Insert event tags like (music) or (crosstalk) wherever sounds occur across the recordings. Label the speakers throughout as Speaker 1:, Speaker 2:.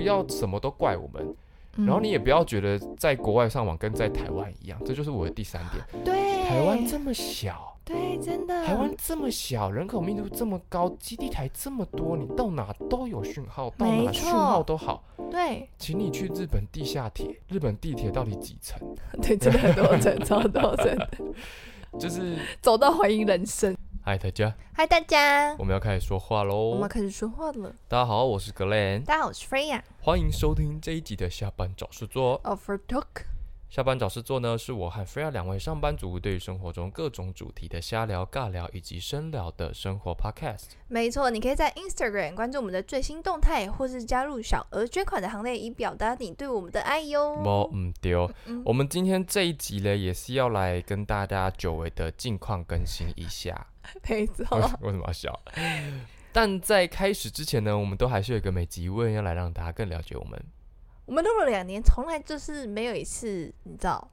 Speaker 1: 要什么都怪我们，
Speaker 2: 嗯
Speaker 1: 然后你也不要觉得在国外上网跟在台湾一样，这就是我的第三点。
Speaker 2: 对嗯
Speaker 1: 台湾这么小，
Speaker 2: 对真的
Speaker 1: 台湾这么小，人口密度这么高，基地台这么多，你到哪都有讯号，到
Speaker 2: 没
Speaker 1: 哪
Speaker 2: 错
Speaker 1: 讯号都好。
Speaker 2: 对
Speaker 1: 请你去日本地下铁，日本地铁到底几层？
Speaker 2: (laughs) 对真的很多人超多人
Speaker 1: 就是，
Speaker 2: 走到怀疑人生。
Speaker 1: 嗨大家，
Speaker 2: 嗨大家，
Speaker 1: 我们要开始说话
Speaker 2: 我
Speaker 1: 喽
Speaker 2: 们。开始说话了。
Speaker 1: 大家好，我是 Glen，
Speaker 2: 大家好，我是 Freya
Speaker 1: 欢迎收听这一集的下班找事做。
Speaker 2: of Her Talk。
Speaker 1: 下班找事做呢，是我和菲亚两位上班族对于生活中各种主题的瞎聊、尬聊以及深聊的生活 podcast。
Speaker 2: 没错，你可以在 Instagram 关注我们的最新动态，或是加入小额捐款的行列，以表达你对我们的爱
Speaker 1: 摸
Speaker 2: 哟。
Speaker 1: 唔丢
Speaker 2: 嗯，
Speaker 1: 我们今天这一集呢，也是要来跟大家久违的近况更新一
Speaker 2: (laughs)
Speaker 1: 下。
Speaker 2: 没错，
Speaker 1: (laughs) 为什么要笑？但在开始之前呢，我们都还是有一个每集问要来让大家更了解我们
Speaker 2: 我们录了两年，从来就是没有一次，你知道，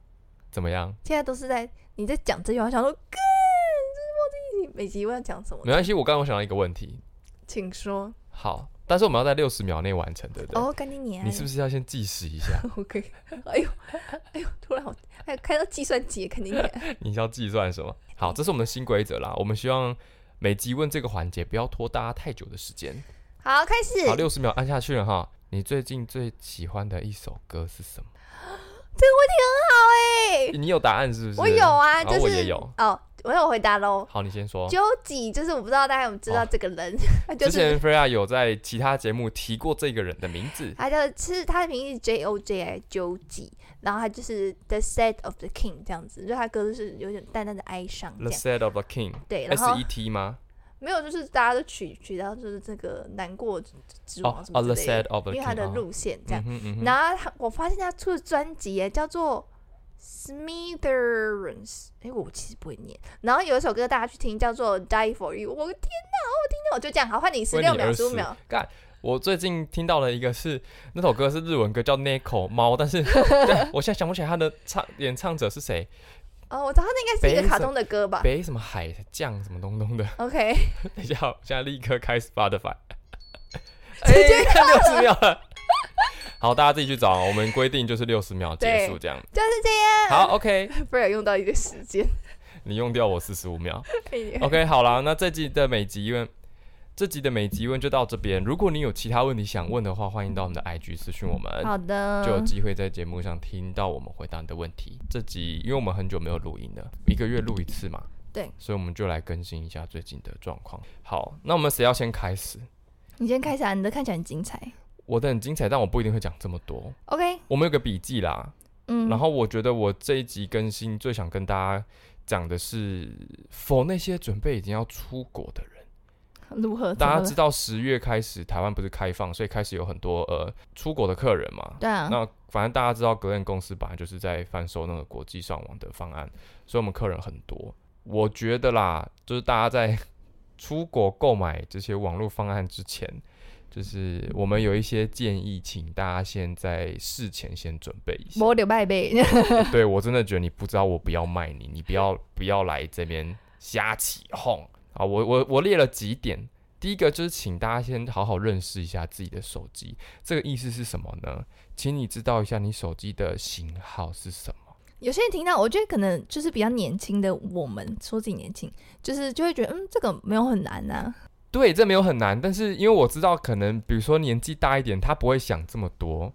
Speaker 1: 怎么样。
Speaker 2: 现在都是在你在讲这句话，想说，哥，就是忘记每集我要讲什么
Speaker 1: 没，关系，我刚刚有想到一个问题，
Speaker 2: 请说。
Speaker 1: 好，但是我们要在六十秒内完成，对不对？
Speaker 2: 哦，干你娘！
Speaker 1: 你是不是要先计时一下？
Speaker 2: OK？哎呦，哎呦，突然好，哎，开到计算机，肯定娘！
Speaker 1: 你要计算什么？好，这是我们的新规则啦。我们希望每集问这个环节不要拖大家太久的时间。
Speaker 2: 好，开始。
Speaker 1: 好，六十秒按下去了哈。你最近最喜欢的一首歌是什么？
Speaker 2: 这个问题很好哎、
Speaker 1: 你有答案是不是？
Speaker 2: 我有啊，
Speaker 1: 然
Speaker 2: 就
Speaker 1: 后
Speaker 2: 是
Speaker 1: 我也有。
Speaker 2: 哦，我有回答喽。
Speaker 1: 好，你先说。
Speaker 2: 究极就是我不知道大家有没有知道
Speaker 1: 哦
Speaker 2: 这个人，他就
Speaker 1: 之
Speaker 2: 是
Speaker 1: 前 Freya 有在其他节目提过这个人的名字，
Speaker 2: 他叫是他的名字 J O J I 究极，然后他就是 The Set of the King 这样子，就他歌就是有点淡淡的哀伤
Speaker 1: 《
Speaker 2: 这
Speaker 1: The
Speaker 2: 样。
Speaker 1: Set of the King》
Speaker 2: 嗯对，然
Speaker 1: S
Speaker 2: 后
Speaker 1: E T 吗？
Speaker 2: 没有就是大家都取取到就是这个难过之
Speaker 1: 哦
Speaker 2: 王什
Speaker 1: 哦，《
Speaker 2: 么
Speaker 1: The
Speaker 2: 之
Speaker 1: Set
Speaker 2: 类的，
Speaker 1: of the King》
Speaker 2: 因为他的
Speaker 1: 哦
Speaker 2: 路线这样。
Speaker 1: 嗯哼嗯哼
Speaker 2: 然后他我发现他出的专辑耶叫做 Smithereens，哎，我其实不会念。然后有一首歌大家去听，叫做《Die for You》，我的天哪，我听到我就这样，好，换你十
Speaker 1: 为
Speaker 2: 六
Speaker 1: 你
Speaker 2: 秒、
Speaker 1: 而
Speaker 2: 十五
Speaker 1: 死
Speaker 2: 秒，
Speaker 1: 干，我最近听到了一个是那首歌是日文歌叫《Neko 猫》，但是但我现在想不起来他的唱演唱者是谁，
Speaker 2: 哦，我知道那应该是一个卡通的歌吧
Speaker 1: 北什么海酱什么东东的。 (laughs)
Speaker 2: ？OK， (laughs)
Speaker 1: 等一下，我现在立刻开 (laughs) Spotify。直接看六十秒了。好，大家自己去找，啊我们规定就是六十秒结束这样。
Speaker 2: 就是这样。
Speaker 1: 好，OK，
Speaker 2: 不然有用到一个时
Speaker 1: (laughs)
Speaker 2: 间。
Speaker 1: 你用掉我四十五秒。
Speaker 2: 哎呀
Speaker 1: OK，好啦，那这集的每集问，这集的每集问就到这边。如果你有其他问题想问的话，欢迎到我们的 IG 私讯我们。
Speaker 2: 好的，
Speaker 1: 呃就有机会在节目上听到我们回答你的问题。这集因为我们很久没有录音了，一个月录一次嘛，
Speaker 2: 对，
Speaker 1: 所以我们就来更新一下最近的状况。好，那我们谁要先开始？
Speaker 2: 你先开始啊，你的看起来很精彩。
Speaker 1: 我的很精彩，但我不一定会讲这么多。
Speaker 2: OK，
Speaker 1: 我们有个笔记啦，
Speaker 2: 嗯，
Speaker 1: 然后我觉得我这一集更新最想跟大家讲的是，否那些准备已经要出国的人。
Speaker 2: 如何？
Speaker 1: 大家
Speaker 2: 呃怎
Speaker 1: 知
Speaker 2: 么
Speaker 1: 道十月开始台湾不是开放，所以开始有很多呃出国的客人嘛，
Speaker 2: 对啊，
Speaker 1: 那反正大家知道，格链公司本来就是在贩售那个国际上网的方案，所以我们客人很多。我觉得啦，就是大家在出国购买这些网络方案之前，就是我们有一些建议，请大家先在事前先准备一下。
Speaker 2: 我留拜 (laughs) 呗。
Speaker 1: 对我真的觉得你不知道，我不要卖你，你不要不要来这边瞎起哄啊！我我我列了几点，第一个就是请大家先好好认识一下自己的手机，这个意思是什么呢？请你知道一下你手机的型号是什么。
Speaker 2: 有些人听到，我觉得可能就是比较年轻的我们，说自己年轻，就是就会觉得，嗯，这个没有很难啊呐、
Speaker 1: 对，这没有很难，但是因为我知道，可能比如说年纪大一点，他不会想这么多，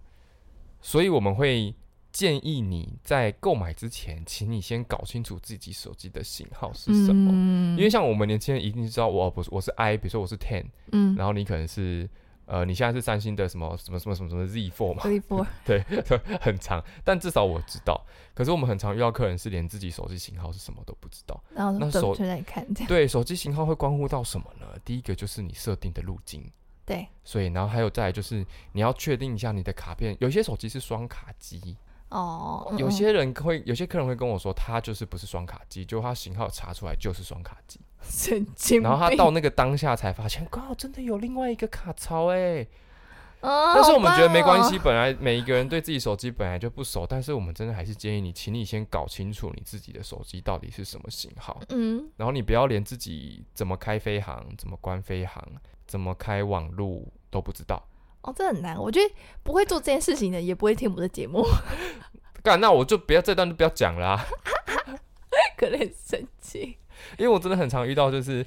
Speaker 1: 所以我们会建议你在购买之前，请你先搞清楚自己手机的型号是什么。
Speaker 2: 嗯
Speaker 1: 因为像我们年轻人一定知道，我不是我是 I，比如说我是 Ten，
Speaker 2: 嗯
Speaker 1: 然后你可能是呃，你现在是三星的什么什么什么什么什么 Z Four 嘛， (laughs)
Speaker 2: ，three four，
Speaker 1: 对，很长，但至少我知道。可是我们很常遇到客人是连自己手机型号是什么都不知
Speaker 2: (laughs)
Speaker 1: 道。
Speaker 2: (laughs) 然后
Speaker 1: 那
Speaker 2: 走
Speaker 1: 手
Speaker 2: 就在看
Speaker 1: (laughs)
Speaker 2: 这样，
Speaker 1: 对，手机型号会关乎到什么呢？第一个就是你设定的路径，
Speaker 2: 对，
Speaker 1: 所以然后还有再来就是你要确定一下你的卡片，有些手机是双卡机，
Speaker 2: 哦，嗯
Speaker 1: 有
Speaker 2: 嗯
Speaker 1: 些人会有些客人会跟我说他就是不是双卡机，就他型号查出来就是双卡机。
Speaker 2: 神经病，
Speaker 1: 然后他到那个当下才发现，靠，真的有另外一个卡槽哎、
Speaker 2: 哦，
Speaker 1: 但是我们觉得
Speaker 2: 好棒哦
Speaker 1: 没关系，，本来每一个人对自己手机本来就不熟，但是我们真的还是建议你，请你先搞清楚你自己的手机到底是什么型号，
Speaker 2: 嗯，
Speaker 1: 然后你不要连自己怎么开飞行、怎么关飞行、怎么开网路都不知道，
Speaker 2: 哦，这很难。我觉得不会做这件事情的，也不会听我们的节目， (laughs)
Speaker 1: 干，那我就不要这段就不要讲啦、
Speaker 2: 可能很生气。
Speaker 1: 因为我真的很常遇到就是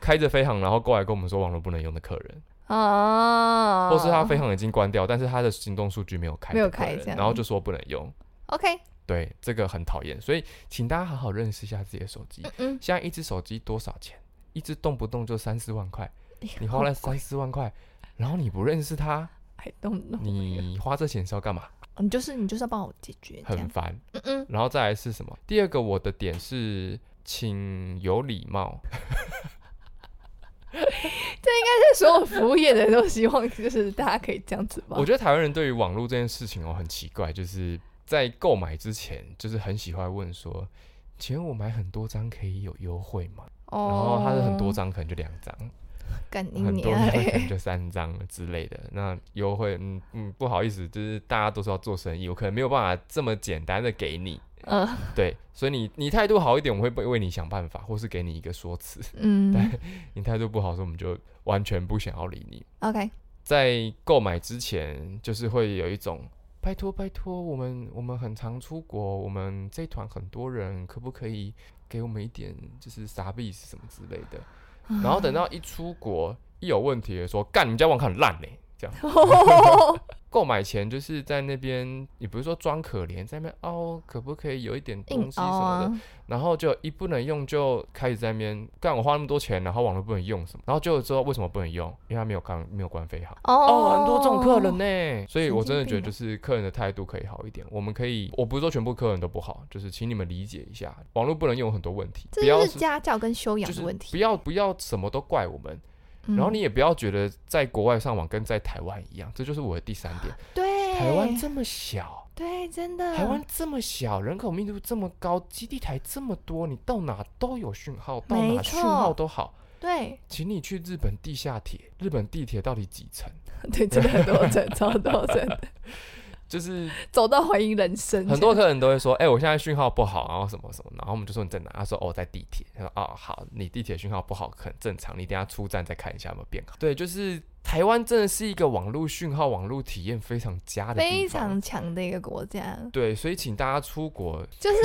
Speaker 1: 开着飞航，然后过来跟我们说网络不能用的客人，
Speaker 2: 哦，
Speaker 1: 或是他飞航已经关掉，但是他的行动数据没有开的客人，
Speaker 2: 没有开这样
Speaker 1: 然后就说不能用。
Speaker 2: OK，
Speaker 1: 对，这个很讨厌，所以请大家好好认识一下自己的手机。
Speaker 2: 嗯，
Speaker 1: 现在一只手机多少钱？一只动不动就三四万
Speaker 2: (laughs)
Speaker 1: 块，
Speaker 2: 哎
Speaker 1: 你花了三四万块，然后你不认识
Speaker 2: 哦
Speaker 1: 他，
Speaker 2: I don't know，
Speaker 1: 你花这钱是要干嘛？
Speaker 2: 你就是你就是要帮我解决这
Speaker 1: 很
Speaker 2: 样，
Speaker 1: 烦。
Speaker 2: 嗯嗯，
Speaker 1: 然后再来是什么？第二个我的点是，请有礼貌。
Speaker 2: 但所有服务业的都希望就是大家可以这样子吧
Speaker 1: 我。觉得台湾人对于网络这件事情哦很奇怪，就是在购买之前，就是很喜欢问说，请问我买很多张可以有优惠吗？
Speaker 2: 哦
Speaker 1: 然后它的很多张可能就两张，
Speaker 2: 干你
Speaker 1: 很多
Speaker 2: 娘
Speaker 1: 张
Speaker 2: 嘞
Speaker 1: 可能就三张之类的。那优惠，嗯嗯，不好意思，就是大家都是要做生意，我可能没有办法这么简单的给你。
Speaker 2: (laughs) 嗯
Speaker 1: 对，所以你你态度好一点，我会为你想办法，或是给你一个说辞。 (laughs)
Speaker 2: 嗯
Speaker 1: 你态度不好的时候，我们就完全不想要理你。
Speaker 2: ，OK，
Speaker 1: 在购买之前，就是会有一种拜托拜托，我们我们很常出国，我们这一团很多人，可不可以给我们一点就是傻逼什么之类的？
Speaker 2: 嗯
Speaker 1: 然后等到一出国，一有问题的说，干你们家网卡很烂嘞、欸这
Speaker 2: (laughs)
Speaker 1: 样。购买前就是在那边，也不是说装可怜，在那边哦，可不可以有一点 (laughs) 东
Speaker 2: (laughs) 硬
Speaker 1: 西什
Speaker 2: 凹
Speaker 1: 么的？
Speaker 2: 啊，
Speaker 1: 然后就一不能用就开始在那边干，我花那么多钱，然后网络不能用什么，然后就知道为什么不能用，因为他没有刚没有关飞好。
Speaker 2: 哦
Speaker 1: 哦，很多这种客人呢，所以
Speaker 2: 神
Speaker 1: 我
Speaker 2: 经
Speaker 1: 真的觉得
Speaker 2: 病
Speaker 1: 就
Speaker 2: 啊
Speaker 1: 是客人的态度可以好一点，我们可以，我不是说全部客人都不好，就是请你们理解一下，网络不能用有很多问题，
Speaker 2: 这
Speaker 1: 不要
Speaker 2: 就是家教跟修
Speaker 1: 就
Speaker 2: 养
Speaker 1: 是
Speaker 2: 的问
Speaker 1: 不
Speaker 2: 题。
Speaker 1: 要不要什么都怪我们，
Speaker 2: 嗯
Speaker 1: 然后你也不要觉得在国外上网跟在台湾一样，这就是我的第三点，
Speaker 2: 嗯对
Speaker 1: 台湾这么小。
Speaker 2: 对真的
Speaker 1: 台湾这么小，人口密度这么高，基地台这么多，你到哪都有讯号，到
Speaker 2: 没
Speaker 1: 哪讯号
Speaker 2: 错
Speaker 1: 都好。
Speaker 2: 对
Speaker 1: 请你去日本地下铁，日本地铁到底几层？
Speaker 2: (laughs) 对真的很 (laughs) 多人超多人
Speaker 1: 就是
Speaker 2: 走到怀疑人生，
Speaker 1: 很多客人都会说，哎、我现在讯号不好，然后什么什么，然后我们就说你在哪？他说哦，在地铁。他说哦，好，你地铁讯号不好很正常，你等一下出站再看一下有没有变好。对，就是台湾真的是一个网络讯号、网络体验非常佳的地方。
Speaker 2: 非常强的一个国家。
Speaker 1: 对，所以请大家出国，
Speaker 2: (laughs) 就是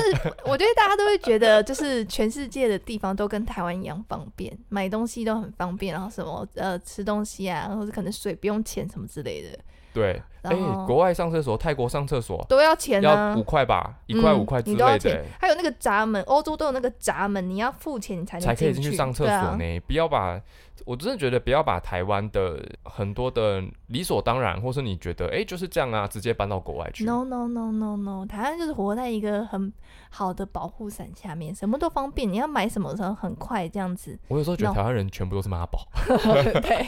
Speaker 2: 我觉得大家都会觉得，就是全世界的地方都跟台湾一样方便，买东西都很方便，然后什么呃吃东西啊，或者可能水不用钱什么之类的，
Speaker 1: 对，哎、
Speaker 2: 然后
Speaker 1: 国外上厕所，泰国上厕所
Speaker 2: 都要钱啊
Speaker 1: 要五，块吧，一块
Speaker 2: 嗯
Speaker 1: 五块之
Speaker 2: 你都要
Speaker 1: 类的、欸
Speaker 2: 钱还有那个闸门，欧洲都有那个闸门，你要付钱你才能
Speaker 1: 才可以
Speaker 2: 进
Speaker 1: 进去上厕
Speaker 2: 对
Speaker 1: 所
Speaker 2: 啊
Speaker 1: 呢。不要把，我真的觉得不要把台湾的很多的理所当然，或是你觉得哎、诶就是这样啊，直接搬到国外去。
Speaker 2: 啊 No no no no no，台湾就是活在一个很好的保护伞下面，什么都方便，你要买什么时候很快这样子。 (laughs)
Speaker 1: 我有时候觉得
Speaker 2: No
Speaker 1: 台湾人全部都是妈宝，
Speaker 2: 对，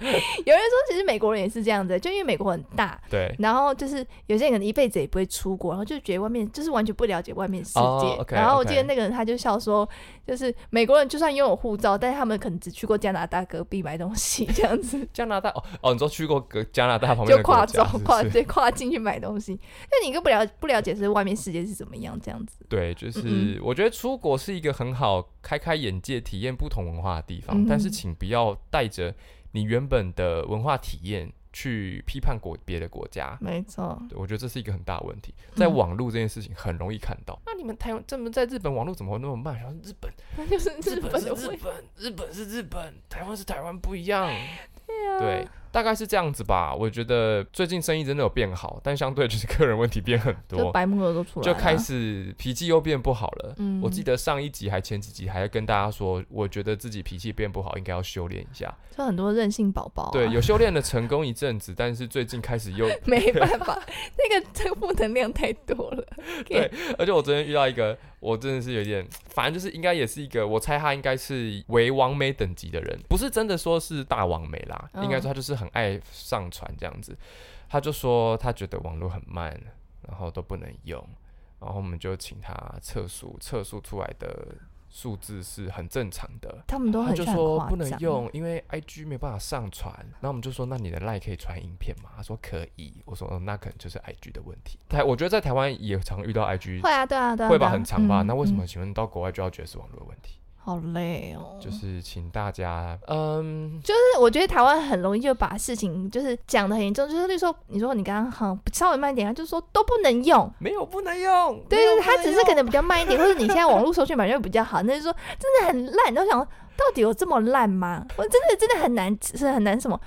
Speaker 2: 有人说其实美国人也是这样子，就因为美国很大，
Speaker 1: 对。
Speaker 2: 然后就是有些人可能一辈子也不会出国，然后就觉得外面就是完全不了解外面世界。
Speaker 1: 哦，OK，
Speaker 2: 然后我记得
Speaker 1: OK
Speaker 2: 那个人他就笑说，就是美国人就算拥有护照，但是他们可能只去过加拿大隔壁买东西这样子，
Speaker 1: 加拿大哦哦，你说去过个加拿大旁边
Speaker 2: 就
Speaker 1: 的
Speaker 2: 跨
Speaker 1: 国
Speaker 2: 州
Speaker 1: 家，是不
Speaker 2: 跨
Speaker 1: 是
Speaker 2: 对跨境去买东西。那你更不了不了解是外面世界是怎么样这样子。
Speaker 1: 对，就是
Speaker 2: 嗯
Speaker 1: 我觉得出国是一个很好开开眼界、体验不同文化的地方，
Speaker 2: 嗯
Speaker 1: 但是请不要带着你原本的文化体验去批判国别的国家。
Speaker 2: 没错，
Speaker 1: 对我觉得这是一个很大的问题，在
Speaker 2: 嗯
Speaker 1: 网络这件事情很容易看到。那你们台湾这么在日本网络怎么那么慢？然后日本
Speaker 2: (laughs) 那就是日本的
Speaker 1: 是
Speaker 2: 味
Speaker 1: 日本，日本是日本，台湾是台湾不一样。
Speaker 2: 道。
Speaker 1: 对，大概是这样子吧。我觉得最近生意真的有变好，但相对就是客人问题变很
Speaker 2: 就
Speaker 1: 多，
Speaker 2: 白木耳都出来啊
Speaker 1: 就
Speaker 2: 了，
Speaker 1: 开始脾气又变不好了。
Speaker 2: 嗯
Speaker 1: 我记得上一集还前几集还跟大家说，我觉得自己脾气变不好，应该要修炼一下。
Speaker 2: 就很多任性宝宝、啊。
Speaker 1: 对，有修炼的成功一阵子，但是最近开始又
Speaker 2: (laughs) 没办法，那个这个负能量太多了。
Speaker 1: 对，而且我昨天遇到一个，我真的是有点，反正就是应该也是一个，我猜他应该是为王美等级的人，不是真的说是大王美啦，应
Speaker 2: 嗯
Speaker 1: 该说他就是很爱上传这样子。他就说他觉得网络很慢，然后都不能用，然后我们就请他测速，测速出来的数字是很正常的。
Speaker 2: (laughs) 他们都
Speaker 1: 他
Speaker 2: 很
Speaker 1: 就
Speaker 2: 像很
Speaker 1: 说
Speaker 2: 夸
Speaker 1: 不能
Speaker 2: 张
Speaker 1: 用，因为 I G 没办法上传。然后我们就说，那你的 Line 可以传影片吗？他说可以。我说，哦、那可能就是 I G 的问题。台，我觉得在台湾也常遇到 I G
Speaker 2: 会啊，对啊，对啊，
Speaker 1: 会
Speaker 2: 对
Speaker 1: 吧，
Speaker 2: 啊
Speaker 1: 很长吧。
Speaker 2: 嗯
Speaker 1: 那为什
Speaker 2: 嗯
Speaker 1: 么请问到国外就要觉得是网络的问题？
Speaker 2: 好累哦。
Speaker 1: 就是请大家，嗯，
Speaker 2: 就是我觉得台湾很容易就把事情就是讲的很严重，就是例如说，你说你刚刚好稍微慢一点，他啊就说都不能用。
Speaker 1: 没有不能用，
Speaker 2: 对
Speaker 1: 没有
Speaker 2: 对，
Speaker 1: 不
Speaker 2: 他
Speaker 1: 能
Speaker 2: 只是可
Speaker 1: 用
Speaker 2: 能比较慢一点，或者你现在网络搜寻版就比较好，那就说真的很烂，都想说到底有这么烂吗？我真的真的很难，是很难什么？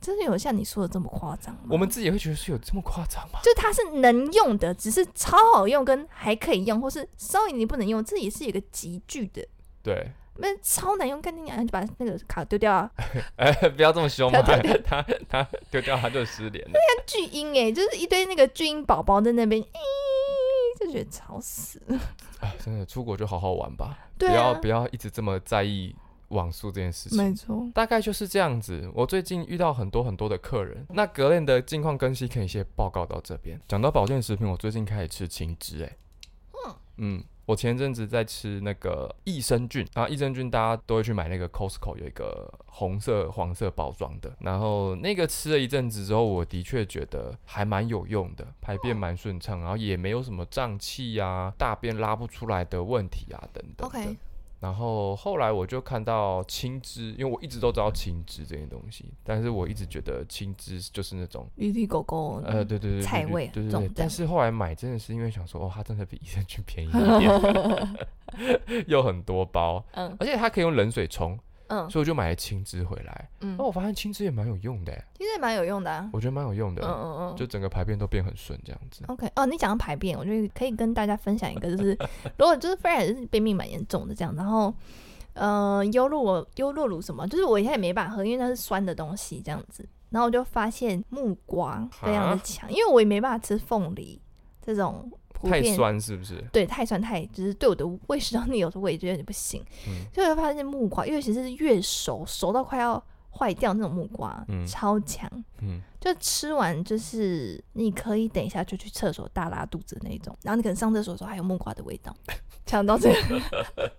Speaker 2: 真的有像你说的这么夸张吗？
Speaker 1: 我们自己也会觉得是有这么夸张
Speaker 2: (laughs)
Speaker 1: 吗？
Speaker 2: 就它是能用的，只是超好用跟还可以用，或是稍微你不能用，这也是有一个集聚的，
Speaker 1: 对，
Speaker 2: 那超难用，干你娘就把那个卡丢掉啊！
Speaker 1: 哎，不要这么凶嘛，
Speaker 2: 不要
Speaker 1: 他 (laughs) 他丢掉他就失联了。
Speaker 2: 那巨婴哎、就是一堆那个巨婴宝宝在那边，咦、就觉得吵死。
Speaker 1: 哎真的，出国就好好玩吧，不
Speaker 2: 对
Speaker 1: 要
Speaker 2: 啊
Speaker 1: 不，要一直这么在意网速这件事情。
Speaker 2: 没错，
Speaker 1: 大概就是这样子。我最近遇到很多很多的客人，那格链的近况更新可以先报告到这边。讲到保健食品，我最近开始吃青汁、欸，嗯，我前阵子在吃那个益生菌，然后益生菌大家都会去买那个 Costco 有一个红色、黄色包装的，然后那个吃了一阵子之后，我的确觉得还蛮有用的，排便蛮顺畅，然后也没有什么胀气啊、大便拉不出来的问题啊等等的。
Speaker 2: OK
Speaker 1: 然后后来我就看到青汁，因为我一直都知道青汁这件东西，但是我一直觉得青汁就是那种
Speaker 2: 绿绿狗狗，
Speaker 1: 呃，对对对，
Speaker 2: 菜
Speaker 1: 对
Speaker 2: 味
Speaker 1: 对对
Speaker 2: 重
Speaker 1: 对。
Speaker 2: 这
Speaker 1: 但
Speaker 2: 样
Speaker 1: 是后来买真的是因为想说，哦，它真的比益生菌便宜一点， (laughs) 又很多包，
Speaker 2: 嗯
Speaker 1: 而且它可以用冷水冲，
Speaker 2: 嗯
Speaker 1: 所以我就买了青汁回来。
Speaker 2: 嗯
Speaker 1: 那、，我发现青汁也蛮有用的欸，
Speaker 2: 其实也蛮有用的啊。
Speaker 1: 我觉得蛮有用
Speaker 2: 嗯
Speaker 1: 的，
Speaker 2: 嗯
Speaker 1: 就
Speaker 2: 嗯。
Speaker 1: 整个排便都变很顺这样子。
Speaker 2: OK，哦，你讲到排便，我觉得可以跟大家分享一个，就是 (laughs) 如果就是非然是便秘蛮严重的这样，然后呃，优酪优酪乳什么，就是我现在也没办法喝，因为它是酸的东西这样子。然后我就发现木瓜非常的
Speaker 1: 哈
Speaker 2: 强，因为我也没办法吃凤梨这种嗯普
Speaker 1: 太
Speaker 2: 遍
Speaker 1: 酸是不是？
Speaker 2: 对，太酸太就是对我的胃食道逆流的胃就有点不行，
Speaker 1: 嗯
Speaker 2: 所以我发现木瓜，尤其是越熟熟到快要坏掉那种木瓜，
Speaker 1: 嗯
Speaker 2: 超强，
Speaker 1: 嗯，
Speaker 2: 就吃完就是你可以等一下就去厕所大拉肚子那种，然后你可能上厕所的时候还有木瓜的味道，想到这个。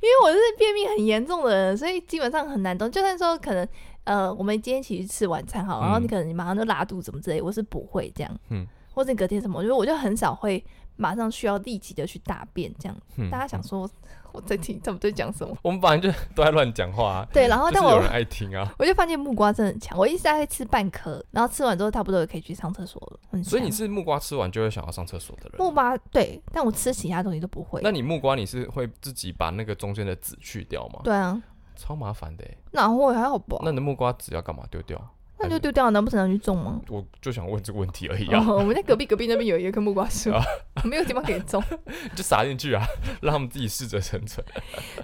Speaker 2: 因为我是便秘很严重的人，所以基本上很难动。就算说可能，呃，我们今天一起去吃晚餐好了，然后你
Speaker 1: 嗯
Speaker 2: 可能你马上就拉肚子什么之类，我是不会这样。
Speaker 1: 嗯
Speaker 2: 或者你隔天什么，我觉得我就很少会马上需要立即的去大便这样。
Speaker 1: 嗯
Speaker 2: 大家想
Speaker 1: 嗯
Speaker 2: 说我在听他们在讲什么？
Speaker 1: 我们本来就都在乱讲话、啊，
Speaker 2: 对，然后
Speaker 1: 就
Speaker 2: 哦但
Speaker 1: 是有
Speaker 2: 我
Speaker 1: 人爱听
Speaker 2: (laughs)
Speaker 1: 啊。
Speaker 2: 我就发现木瓜真的很强，我一直在会吃半颗，然后吃完之后差不多也可以去上厕所了，很强
Speaker 1: 所以你是木瓜吃完就会想要上厕所的人
Speaker 2: 木
Speaker 1: 啊。
Speaker 2: 瓜对，但我吃其他东西都不会。
Speaker 1: 那你木瓜你是会自己把那个中间的籽去掉吗？
Speaker 2: 对啊，
Speaker 1: 超麻烦的欸。
Speaker 2: 哪会还好吧？
Speaker 1: 那你的木瓜籽要干嘛？丢掉？
Speaker 2: 那
Speaker 1: 还
Speaker 2: 就是丢掉了，啊难不成拿去种吗？
Speaker 1: 我就想问这个问题而已啊，
Speaker 2: 哦，我们在隔壁隔壁那边有一棵木瓜树 (laughs)
Speaker 1: 啊，
Speaker 2: 没有地方可以种。
Speaker 1: (laughs) 就撒进去啊， (laughs) 让他们自己试着生存。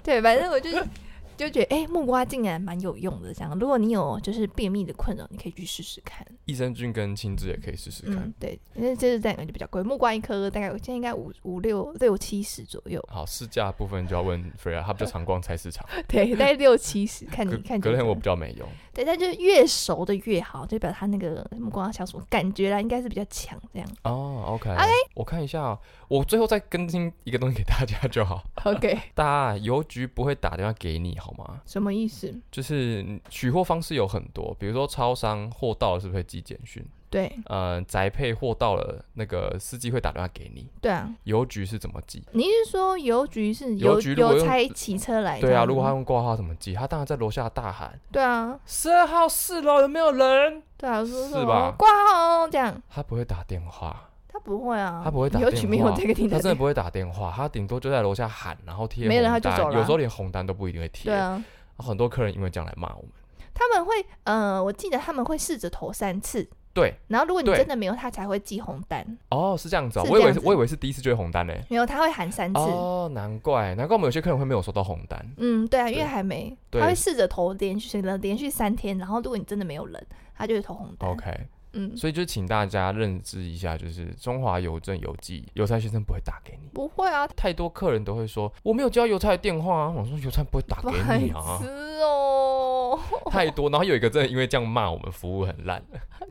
Speaker 2: 对，反正我就是就觉得，哎、木瓜竟然蛮有用的。这样，如果你有就是便秘的困扰，你可以去试试看。
Speaker 1: 益生菌跟青汁也可以试试看。
Speaker 2: 嗯，对，因为这是这两个就比较贵，木瓜一颗大概我现在应该五五六六七十左
Speaker 1: (laughs)
Speaker 2: 右，
Speaker 1: 好，试价的部分就要问 Freya，他比较常逛菜市场， (laughs)
Speaker 2: 对，大概六七十，看你
Speaker 1: 格
Speaker 2: 看
Speaker 1: 格
Speaker 2: 觉
Speaker 1: 雷
Speaker 2: 得
Speaker 1: 我比较没用。
Speaker 2: 对，但就是越熟的越好，就表示它那个木瓜小薯感觉啦，应该是比较强
Speaker 1: (laughs)
Speaker 2: 这样。
Speaker 1: 哦，OK、o k
Speaker 2: OK
Speaker 1: 我看一下、哦，我最后再更新一个东西给大家就好。 (laughs)
Speaker 2: OK，
Speaker 1: 大家邮局不会打电话给你好吗？
Speaker 2: 什么意思？
Speaker 1: 就是取货方式有很多，比如说超商货到了是不是会寄简讯？
Speaker 2: 对
Speaker 1: 呃，宅配货到了，那个司机会打电话给你。
Speaker 2: 对啊，
Speaker 1: 邮局是怎么寄？
Speaker 2: 你是说邮局是
Speaker 1: 邮
Speaker 2: 邮
Speaker 1: 局如果
Speaker 2: 邮
Speaker 1: 用
Speaker 2: 差骑车来这
Speaker 1: 对啊，
Speaker 2: 样
Speaker 1: 如果
Speaker 2: 子
Speaker 1: 他
Speaker 2: 吗
Speaker 1: 用挂号怎么记？他当然在楼下大喊
Speaker 2: 对啊
Speaker 1: “十二号四楼有没有人
Speaker 2: 对啊，说
Speaker 1: 是
Speaker 2: 什
Speaker 1: 吧
Speaker 2: 么挂号哦这样”，，
Speaker 1: 他不会打电话，
Speaker 2: 他不会啊，
Speaker 1: 他不会打
Speaker 2: 邮
Speaker 1: 电
Speaker 2: 局没有
Speaker 1: 话
Speaker 2: 这个订
Speaker 1: 他
Speaker 2: 单
Speaker 1: 真
Speaker 2: (laughs)
Speaker 1: 的不会打电话，他顶多就在楼下喊，然后贴
Speaker 2: 没人
Speaker 1: 红
Speaker 2: 他就
Speaker 1: 单
Speaker 2: 走
Speaker 1: 有
Speaker 2: 了
Speaker 1: 时候连红单都不一定会贴。
Speaker 2: 对啊，
Speaker 1: 很多客人因为这样来骂我们。
Speaker 2: 他们会呃，我记得他们会试着投三次，
Speaker 1: 对，
Speaker 2: 然后如果你
Speaker 1: 对
Speaker 2: 真的没有，他才会寄红单。
Speaker 1: 哦，是这样子、哦，
Speaker 2: 是
Speaker 1: 我以
Speaker 2: 这
Speaker 1: 为
Speaker 2: 样
Speaker 1: 是
Speaker 2: 子
Speaker 1: 我以为是第一次就会红单呢。
Speaker 2: 没有，他会喊三次。
Speaker 1: 哦，难怪，难怪我们有些客人会没有收到红单。
Speaker 2: 嗯，对啊，因为
Speaker 1: 对
Speaker 2: 还没，
Speaker 1: 对
Speaker 2: 他会试着投连续连续三天，然后如果你真的没有人，他就会投红单。
Speaker 1: 哦 OK，
Speaker 2: 嗯，
Speaker 1: 所以就请大家认知一下，就是中华邮政邮寄邮差先生不会打给你。
Speaker 2: 不会啊，
Speaker 1: 太多客人都会说我没有接到邮差的电话啊，我说邮差不会打给
Speaker 2: 白
Speaker 1: 你啊
Speaker 2: (laughs) 痴，哦， (laughs)
Speaker 1: 太多。然后有一个真的因为这样骂我们服务很烂，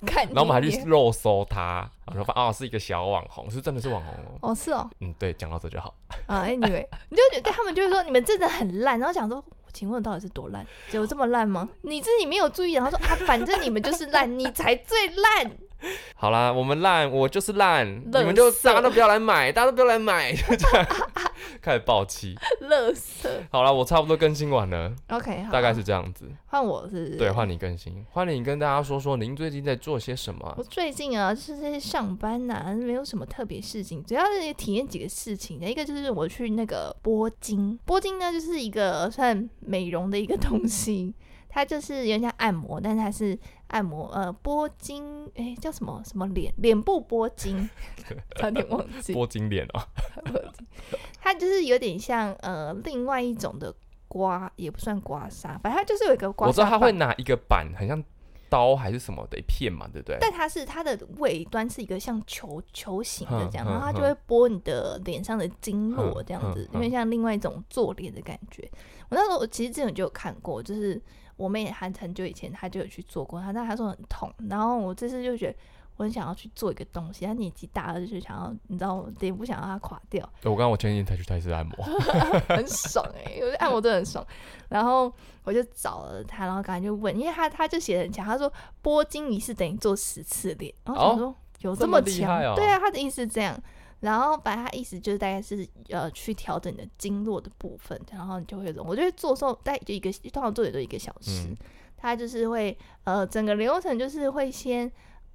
Speaker 2: 看你
Speaker 1: 然后我们还去
Speaker 2: 脸
Speaker 1: 肉搜他，然后说啊是一个小网红，是真的是网红哦。
Speaker 2: 哦，是哦，
Speaker 1: 嗯，对，讲到这就好。
Speaker 2: 啊，anyway，你就觉得他们就会说你们真的很烂，然后想说，请问到底是多烂？有这么烂吗？你自己没有注意，然后说啊，反正你们就是烂，你才最烂，
Speaker 1: 好啦，我们烂，我就是烂，
Speaker 2: 垃
Speaker 1: 你们就大家都不要来买，大家都不要来买，就这样开始爆气。
Speaker 2: 乐色。
Speaker 1: 好啦，我差不多更新完了，
Speaker 2: OK，好
Speaker 1: 大概是这样子。
Speaker 2: 换我是不是？
Speaker 1: 对，换你更新，换你跟大家说说您最近在做些什么啊
Speaker 2: 我。最近啊，就是在上班呐、啊没有什么特别事情，主要是体验几个事情。一个就是我去那个铂金，铂金呢就是一个算美容的一个 (laughs) 东西，它就是有点像按摩，但是它是按摩呃铂金，哎、叫什么什么脸脸部铂
Speaker 1: (laughs)
Speaker 2: 金，差点忘记，
Speaker 1: 波金脸啊，
Speaker 2: 它就是有点像呃另外一种的刮，也不算刮痧，反正它就是有一个刮痧，
Speaker 1: 我知道他会。拿一个板，很像刀还是什么的一片嘛，对不对？
Speaker 2: 但它是它的尾端是一个像球球形的
Speaker 1: 哼
Speaker 2: 这样，
Speaker 1: 哼
Speaker 2: 然后它就
Speaker 1: 哼
Speaker 2: 会拨你的脸上的经络这样
Speaker 1: 哼
Speaker 2: 子，
Speaker 1: 哼
Speaker 2: 因为像另外一种做脸的感觉。我那时候我其实之前就有看过，就是我妹她很久以前她就有去做过，她但她说很痛，然后我这次就觉得。我很想要去做一个东西，她年纪大了就是想要，你知道，我也不想让她垮掉，
Speaker 1: 对我刚刚我前几天才去泰式按摩，
Speaker 2: 哦很爽哎、欸，我觉得 (laughs) 按摩真的很爽。然后我就找了他，然后赶快就问，因为他他就写的很强，他说拨筋仪式等于做十次脸，然后我想说、有
Speaker 1: 哦这
Speaker 2: 么
Speaker 1: 么厉
Speaker 2: 强？
Speaker 1: 害哦
Speaker 2: 对啊，他的意思是这样。然后反正他意思就是大概是呃去调整你的经络的部分，然后你就会容。我觉得做的时候大概就一个，通常做也就一个小时。
Speaker 1: 嗯
Speaker 2: 他就是会呃整个流程就是会先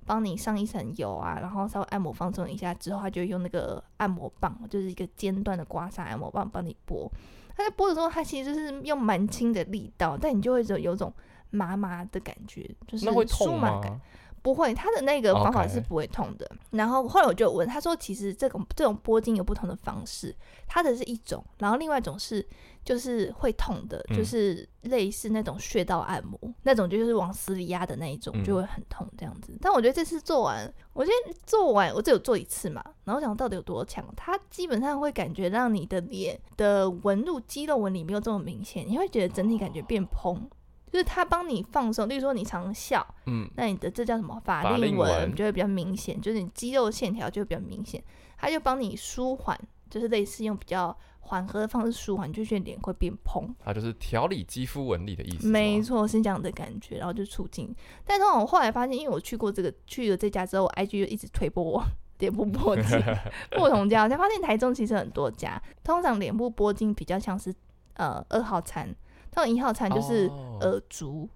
Speaker 2: 帮你上一层油啊，然后稍微按摩放松一下之后，他就会用那个按摩棒，就是一个尖端的刮痧按摩棒帮你拨。他在拨的时候，他其实就是用蛮轻的力道，但你就会有有种麻麻的感觉，就是
Speaker 1: 那会
Speaker 2: 舒
Speaker 1: 痛
Speaker 2: 麻感。
Speaker 1: 吗？
Speaker 2: 不会，他的那个方法
Speaker 1: OK
Speaker 2: 是不会痛的。然后后来我就有问他说，其实这种这种拨筋有不同的方式，他的是一种，然后另外一种是就是会痛的，
Speaker 1: 嗯
Speaker 2: 就是类似那种穴道按摩，那种就是往死里压的那一种，
Speaker 1: 嗯
Speaker 2: 就会很痛这样子。但我觉得这次做完，我觉得做完我只有做一次嘛，然后想到底有多强，它基本上会感觉让你的脸的纹路、肌肉纹理没有这么明显，你会觉得整体感觉变蓬。就是它帮你放松，例如说你常笑，
Speaker 1: 嗯，
Speaker 2: 那你的这叫什么
Speaker 1: 法
Speaker 2: 法令
Speaker 1: 令
Speaker 2: 纹
Speaker 1: 纹
Speaker 2: 就会比较明显，就是你肌肉线条就会比较明显，它就帮你舒缓，就是类似用比较缓和的方式舒缓，就觉得脸会变蓬。
Speaker 1: 它就是调理肌肤纹理的意思是吗。
Speaker 2: 没错，是这样的感觉，然后就促进。但是我后来发现，因为我去过这个去了这家之后，我 IG 就一直推播 (laughs) 我脸部铂金不同家，我才发现台中其实很多家，通常脸部铂金比较像是呃二号餐，通常一号餐就是
Speaker 1: 哦
Speaker 2: 耳烛，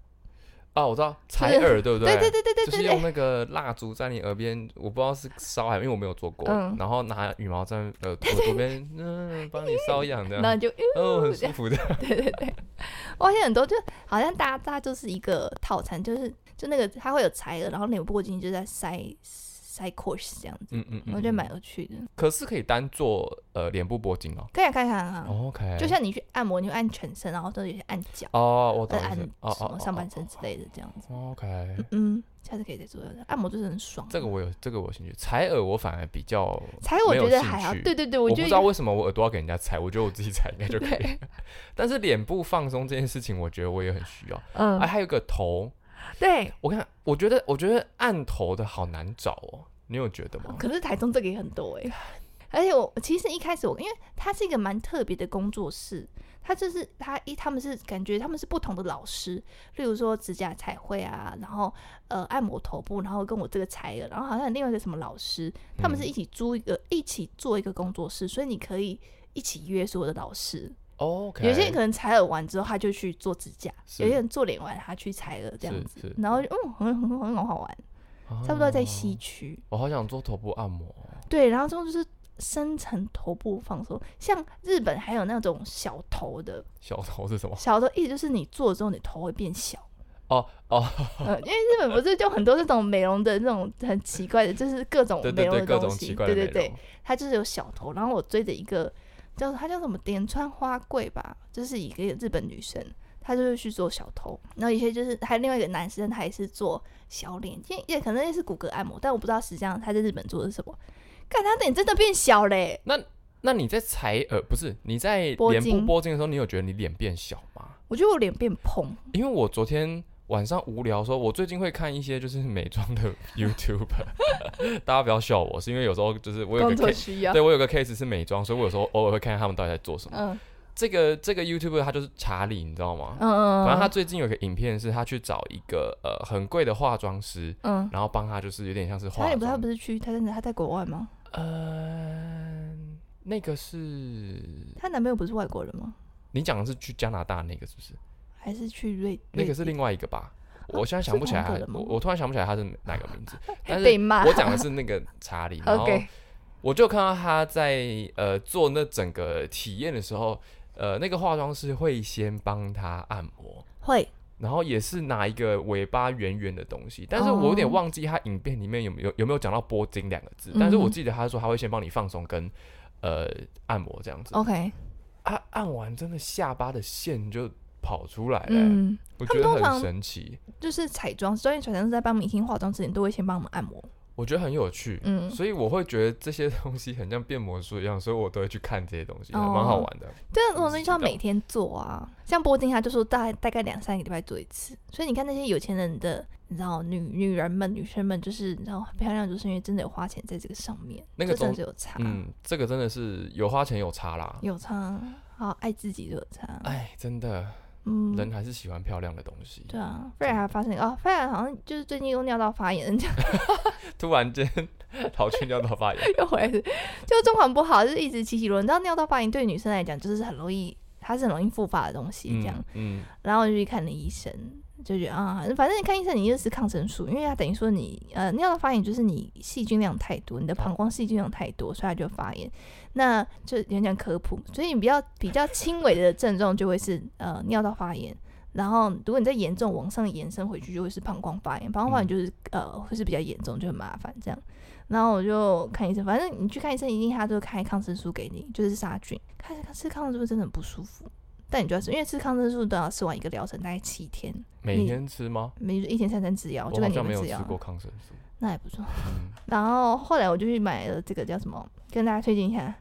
Speaker 1: 哦，我知道采耳，对不
Speaker 2: 对对
Speaker 1: 对
Speaker 2: 对对对
Speaker 1: 就
Speaker 2: 对
Speaker 1: 是
Speaker 2: 对
Speaker 1: 用。那个蜡烛在你耳边，我不知道是烧还，因为我没有做过。
Speaker 2: 嗯
Speaker 1: 然后拿羽毛在耳朵左边，嗯，帮你瘙痒 (laughs)
Speaker 2: (laughs) 然后
Speaker 1: 的，
Speaker 2: 你就
Speaker 1: 哦，很舒 (laughs) 服的。
Speaker 2: 对 (laughs) 对对，我发现很多就好像大家大家就是一个套餐，就是就那个它会有柴鹅，然后脸部筋就在塞塞 course 这样子，
Speaker 1: 嗯嗯嗯，
Speaker 2: 我觉得
Speaker 1: 嗯
Speaker 2: 蛮有趣的。
Speaker 1: 可是可以单做呃脸部铂金哦。
Speaker 2: 可以啊，可以啊，可以啊
Speaker 1: OK，
Speaker 2: 就像你去按摩，你会按全身，然后都有些按脚、
Speaker 1: 哦，我懂
Speaker 2: 按
Speaker 1: 意
Speaker 2: 按
Speaker 1: 思
Speaker 2: 什
Speaker 1: 哦哦
Speaker 2: 么
Speaker 1: 哦
Speaker 2: 上半
Speaker 1: 哦
Speaker 2: 身之类的这样子。
Speaker 1: OK，
Speaker 2: 嗯，下次可以再做按摩，就是很爽。
Speaker 1: 这个我有，这个我有兴趣。采耳我反而比较，
Speaker 2: 才我
Speaker 1: 没有
Speaker 2: 觉得
Speaker 1: 兴
Speaker 2: 还好，
Speaker 1: 趣
Speaker 2: 对对对，
Speaker 1: 我
Speaker 2: 我
Speaker 1: 不
Speaker 2: 觉
Speaker 1: 知道
Speaker 2: 得
Speaker 1: 为什么我耳朵要给人家采，我觉得我自己采应该就可以了。但是脸部放松这件事情，我觉得我也很需要。哎、
Speaker 2: 嗯，
Speaker 1: 还有一个头，
Speaker 2: 对。
Speaker 1: 我看，我觉得，我觉得按头的好难找哦，你有觉得吗？
Speaker 2: 可是台中这个也很多哎、而且我其实一开始我因为它是一个蛮特别的工作室，它就是它一他们是感觉他们是不同的老师，例如说指甲彩绘啊，然后呃按摩头部，然后跟我这个采耳，然后好像有另外一个什么老师，他们是一起租一个、一起做一个工作室，所以你可以一起约所有的老师，
Speaker 1: 哦 OK，
Speaker 2: 有些人可能采耳完之后他就去做指甲，
Speaker 1: 是
Speaker 2: 有些人做脸完他去采耳这样子，
Speaker 1: 子
Speaker 2: 然后就嗯很很很好玩，差不多在西
Speaker 1: 哦
Speaker 2: 区。
Speaker 1: 我好想做头部按摩哦，
Speaker 2: 对，然后之后就是深层头部放松，像日本还有那种小头的，
Speaker 1: 小头是
Speaker 2: (laughs)
Speaker 1: 什么？
Speaker 2: 小头意思就是你做了之后你头会变
Speaker 1: (laughs)
Speaker 2: 小。
Speaker 1: 哦哦，
Speaker 2: 呃，因为日本不是就很多这种美容的那种很奇怪的，就是各种
Speaker 1: 对
Speaker 2: 美
Speaker 1: 对
Speaker 2: 容
Speaker 1: 对，
Speaker 2: 的
Speaker 1: 各
Speaker 2: 东
Speaker 1: 种
Speaker 2: 西，
Speaker 1: 奇怪
Speaker 2: 对
Speaker 1: 的美
Speaker 2: 对
Speaker 1: 容。
Speaker 2: 对，它就是有小头。然后我追着一个叫她叫什么点川花贵吧，就是一个日本女生，她就是去做小头。然后有些就是还有另外一个男生，他也是做小脸，也也可能也是骨骼按摩，但我不知道实际上他在日本做的是什么。看他脸真的变小嘞、
Speaker 1: 那你在采耳不是你在
Speaker 2: 拨
Speaker 1: 脸部
Speaker 2: 筋
Speaker 1: 拨筋的时候，你有觉得你脸变小吗？
Speaker 2: 我觉得我脸变蓬，
Speaker 1: 因为我昨天晚上无聊的时候，我最近会看一些就是美妆的 (laughs) YouTube，大家不要笑我，是因为有时候就是我有
Speaker 2: 工
Speaker 1: 个
Speaker 2: 作
Speaker 1: case，
Speaker 2: 需要。
Speaker 1: 对我有个 case 是美妆，所以我有时候偶尔会看看他们到底在做什么。
Speaker 2: 嗯，
Speaker 1: 这个这个 YouTube 他就是查理，你知道吗？
Speaker 2: 嗯嗯，
Speaker 1: 反正他最近有个影片是他去找一个呃很贵的化妆师，
Speaker 2: 嗯，
Speaker 1: 然后帮他就是有点像是化
Speaker 2: 查理不是他
Speaker 1: 妆
Speaker 2: 不，是去他在哪他在国外吗？
Speaker 1: 呃，那个是
Speaker 2: 她男朋友不是外国人吗？
Speaker 1: 你讲的是去加拿大那个是不是？
Speaker 2: 还是去瑞？
Speaker 1: 那个是
Speaker 2: 瑞典
Speaker 1: 另外一个吧？我现在
Speaker 2: 啊是
Speaker 1: 想不起
Speaker 2: 同
Speaker 1: 来
Speaker 2: 一个
Speaker 1: 他，
Speaker 2: 人吗啊
Speaker 1: 我我突然想不起来他是哪个名字，但是
Speaker 2: 哎被骂
Speaker 1: 我哦讲的是那个查理，然后
Speaker 2: (laughs) OK，
Speaker 1: 我就看到他在呃做那整个体验的时候，呃，那个化妆师会先帮他按摩，
Speaker 2: 会
Speaker 1: 然后也是拿一个尾巴圆圆的东西，但是我有点
Speaker 2: 哦
Speaker 1: 忘记他影片里面有没有有没有讲到拨筋两个字，但是我
Speaker 2: 嗯
Speaker 1: 记得他说他会先帮你放松跟呃按摩这样子，
Speaker 2: OK，
Speaker 1: 按按完真的下巴的线就跑出来了、
Speaker 2: 嗯，
Speaker 1: 我
Speaker 2: 他
Speaker 1: 觉
Speaker 2: 们
Speaker 1: 得
Speaker 2: 通常
Speaker 1: 很神奇，
Speaker 2: 就是彩妆专业彩妆师在帮明星化妆之前都会先帮我们按摩，
Speaker 1: 我觉得很有趣。
Speaker 2: 嗯，
Speaker 1: 所以我会觉得这些 (laughs) 东西很像变魔术一样，所以我都会去看这些东西，还
Speaker 2: 哦
Speaker 1: 蛮好玩的。
Speaker 2: 这种
Speaker 1: 我
Speaker 2: 东西
Speaker 1: 知
Speaker 2: 就要
Speaker 1: 道
Speaker 2: 每天做啊。像铂金，他就说大大概两三个礼拜做一次。所以你看那些有钱人的，你知道女女人们、女生们，就是你知道很漂亮，就是因为真的有花钱在这个上面，
Speaker 1: 那个
Speaker 2: 这真
Speaker 1: 东
Speaker 2: 的是有差，
Speaker 1: 嗯，这个真的是有花钱有差啦。
Speaker 2: 有差。好，爱自己就有差，
Speaker 1: 哎，真的，
Speaker 2: 嗯，
Speaker 1: 人还是喜欢漂亮的东西。
Speaker 2: 对啊。菲尔还发现哦，菲尔好像就是最近又尿道发炎， (laughs) 人家
Speaker 1: 突然间 (laughs) 跑去尿道发
Speaker 2: (laughs)
Speaker 1: 炎，
Speaker 2: 又回来了，就中环不好，就是一直起起落落。你知道尿道发炎对女生来讲就是很容易，它是很容易复发的东西，这样。
Speaker 1: 嗯，嗯，
Speaker 2: 然后我就去看了医生，就觉得啊，反正你看医生你就是抗生素，因为它等于说你呃尿道发炎就是你细菌量太多，你的膀胱细菌量太多，所以它就发炎。那就有点科普，所以你比较比较轻微的症状就会是呃尿道发炎。然后，如果你再严重往上延伸回去，就会是膀胱发炎。膀胱发炎就是、呃，会是比较严重，就很麻烦这样。然后我就看医生，反正你去看医生，一定他都会开抗生素给你，就是杀菌。开始吃抗生素真的很不舒服，但你就要吃，因为吃抗生素都要吃完一个疗程，大概七天，
Speaker 1: 每天吃吗？
Speaker 2: 每一天三餐吃药，就
Speaker 1: 我好
Speaker 2: 跟哦你
Speaker 1: 像没
Speaker 2: 们啊
Speaker 1: 有
Speaker 2: 吃
Speaker 1: 吃
Speaker 2: 药，
Speaker 1: 过抗生
Speaker 2: (laughs)
Speaker 1: 素。
Speaker 2: 那也不错。
Speaker 1: 嗯，
Speaker 2: 然后后来我就去买了这个叫什么，跟大家推荐一下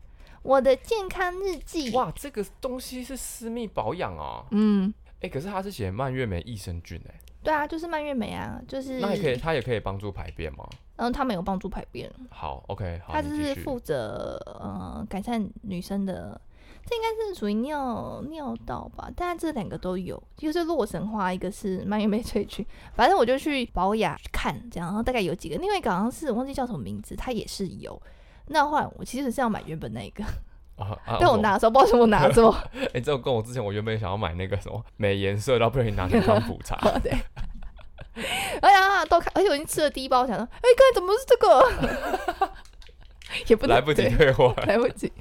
Speaker 2: 我的健康日记。
Speaker 1: 哇，这个东西是私密保养哦。
Speaker 2: 嗯，
Speaker 1: 哎，可是它是写蔓越莓益生菌哎，
Speaker 2: 对啊，就是蔓越莓啊，就是
Speaker 1: 那也可以，它也可以帮助排便吗？
Speaker 2: 嗯，他们有帮助排便，
Speaker 1: 好，OK，好，
Speaker 2: 他
Speaker 1: 你
Speaker 2: 就
Speaker 1: 继
Speaker 2: 是
Speaker 1: 续
Speaker 2: 负责呃改善女生的，这应该是属于尿尿道吧？但这两个都有，一个是洛神花，一个是蔓越莓萃取。反正我就去保雅看，这样，然后大概有几个，另外一个好像是我忘记叫什么名字，它也是有。那后来我其实是要买原本那一个，
Speaker 1: 啊啊！
Speaker 2: 但我拿的时候不知道为什么我拿错，
Speaker 1: 哎，这跟我之前我原本想要买那个什么美颜色，然后不小心拿去当补茶，
Speaker 2: 对。而且啊，都看，而且我已经吃了第一包，我想说，哎、刚才怎么是这个？ (laughs) 也 (laughs) 不能
Speaker 1: 来不及
Speaker 2: 对
Speaker 1: 退货。
Speaker 2: 来不及，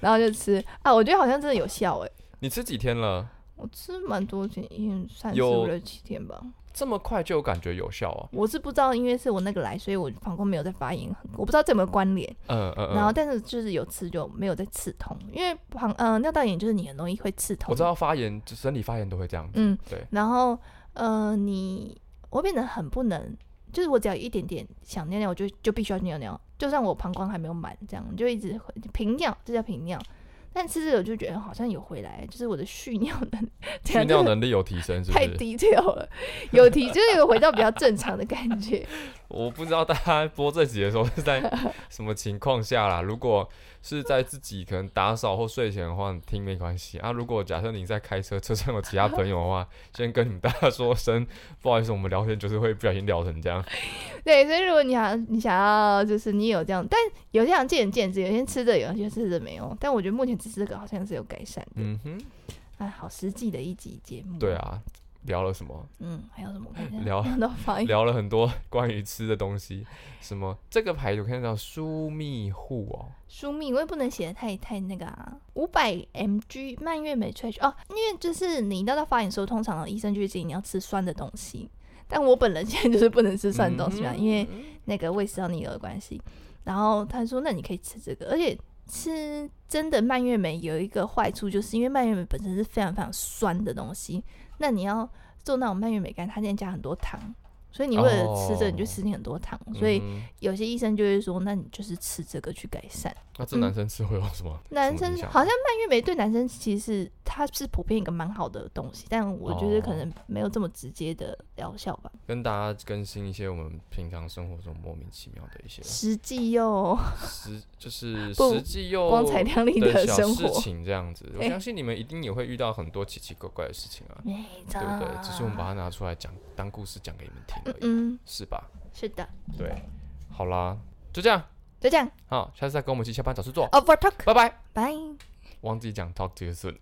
Speaker 2: 然后就吃啊，我觉得好像真的有效哎、
Speaker 1: 你吃几天了？
Speaker 2: 我吃蛮多天，一天三四
Speaker 1: 有
Speaker 2: 五六七天吧。
Speaker 1: 这么快就有感觉有效哦。
Speaker 2: 我是不知道，因为是我那个来，所以我膀胱没有在发炎，我不知道这有没有关联。
Speaker 1: 嗯嗯嗯。
Speaker 2: 然后，但是就是有吃就没有在刺痛，因为膀呃尿道炎就是你很容易会刺痛。
Speaker 1: 我知道发炎，就生理发炎都会这样子。
Speaker 2: 嗯，
Speaker 1: 对。
Speaker 2: 然后呃，你我变得很不能，就是我只要有一点点想尿尿，我就就必须要尿尿，就算我膀胱还没有满，这样我就一直会频尿，这叫频尿。但吃这个我就觉得好像有回来，就是我的蓄尿能 (laughs) 力，这
Speaker 1: 去
Speaker 2: 样
Speaker 1: 尿
Speaker 2: 真的
Speaker 1: 能力有提升，是不
Speaker 2: 啊太
Speaker 1: 是？
Speaker 2: 低调了，有提就是有回到比较正常的感觉。 (laughs)
Speaker 1: 我不知道大家播这集的时候是在什么情况下啦。如果是在自己可能打扫或睡前的话，你听没关系啊。如果假设你在开车，车上有其他朋友的话，先跟你们大家说声不好意思，我们聊天就是会不小心聊成这样。
Speaker 2: 对，所以如果你想你想要就是你也有这样，但有些人见仁见智，有些人吃的有，有些人吃的没有。但我觉得目前吃这个好像是有改善的。
Speaker 1: 嗯哼，
Speaker 2: 哎，好实际的一集节目。
Speaker 1: 对，啊，聊了什么？
Speaker 2: 嗯，还有什
Speaker 1: (laughs)
Speaker 2: 么？我看一下
Speaker 1: 聊
Speaker 2: 尿道发炎。
Speaker 1: 聊了很多 (laughs) 关于吃的东西，什么这个牌子我看到舒密户哦，
Speaker 2: 疏密，我也不能写的太太那个啊，五百 mg 蔓越莓萃取哦，因为就是你尿道发炎的时候，通常医生就会建议你要吃酸的东西，但我本人现在就是不能吃酸的东西嘛，
Speaker 1: 嗯
Speaker 2: 因为那个胃食道逆流的关系。然后他说，那你可以吃这个，而且吃真的蔓越莓有一个坏处，就是因为蔓越莓本身是非常非常酸的东西，那你要做那种蔓越莓干，它现在加很多糖，所以你为了吃这个，你就
Speaker 1: 哦
Speaker 2: 吃进很多糖。所以
Speaker 1: 嗯
Speaker 2: 有些医生就会说，那你就是吃这个去改善。
Speaker 1: 那这男生吃会有什么？
Speaker 2: 嗯男
Speaker 1: 什么
Speaker 2: 生
Speaker 1: 影响
Speaker 2: 好像蔓越莓对男生其实是它是普遍一个蛮好的东西，但我觉得可
Speaker 1: 哦
Speaker 2: 能没有这么直接的疗效吧。
Speaker 1: 跟大家更新一些我们平常生活中莫名其妙的一
Speaker 2: (laughs)
Speaker 1: 些
Speaker 2: 实际
Speaker 1: 哦
Speaker 2: 又
Speaker 1: 实，就是
Speaker 2: 不
Speaker 1: 实际又
Speaker 2: 光彩亮丽
Speaker 1: 的小
Speaker 2: 生
Speaker 1: 事
Speaker 2: 活，
Speaker 1: 情这样子。我
Speaker 2: 哎
Speaker 1: 相信你们一定也会遇到很多奇奇怪怪的事情啊，
Speaker 2: 没错
Speaker 1: 对不对？只是我们把它拿出来讲，当故事讲给你们听而已，
Speaker 2: 嗯，
Speaker 1: 是吧？
Speaker 2: 是的，
Speaker 1: 对，好啦，就这样，
Speaker 2: 就这样。哦
Speaker 1: 好，下次再跟我们一起下班找事做，
Speaker 2: Over talk，
Speaker 1: 拜拜。
Speaker 2: 拜。
Speaker 1: 忘记讲 talk to you soon，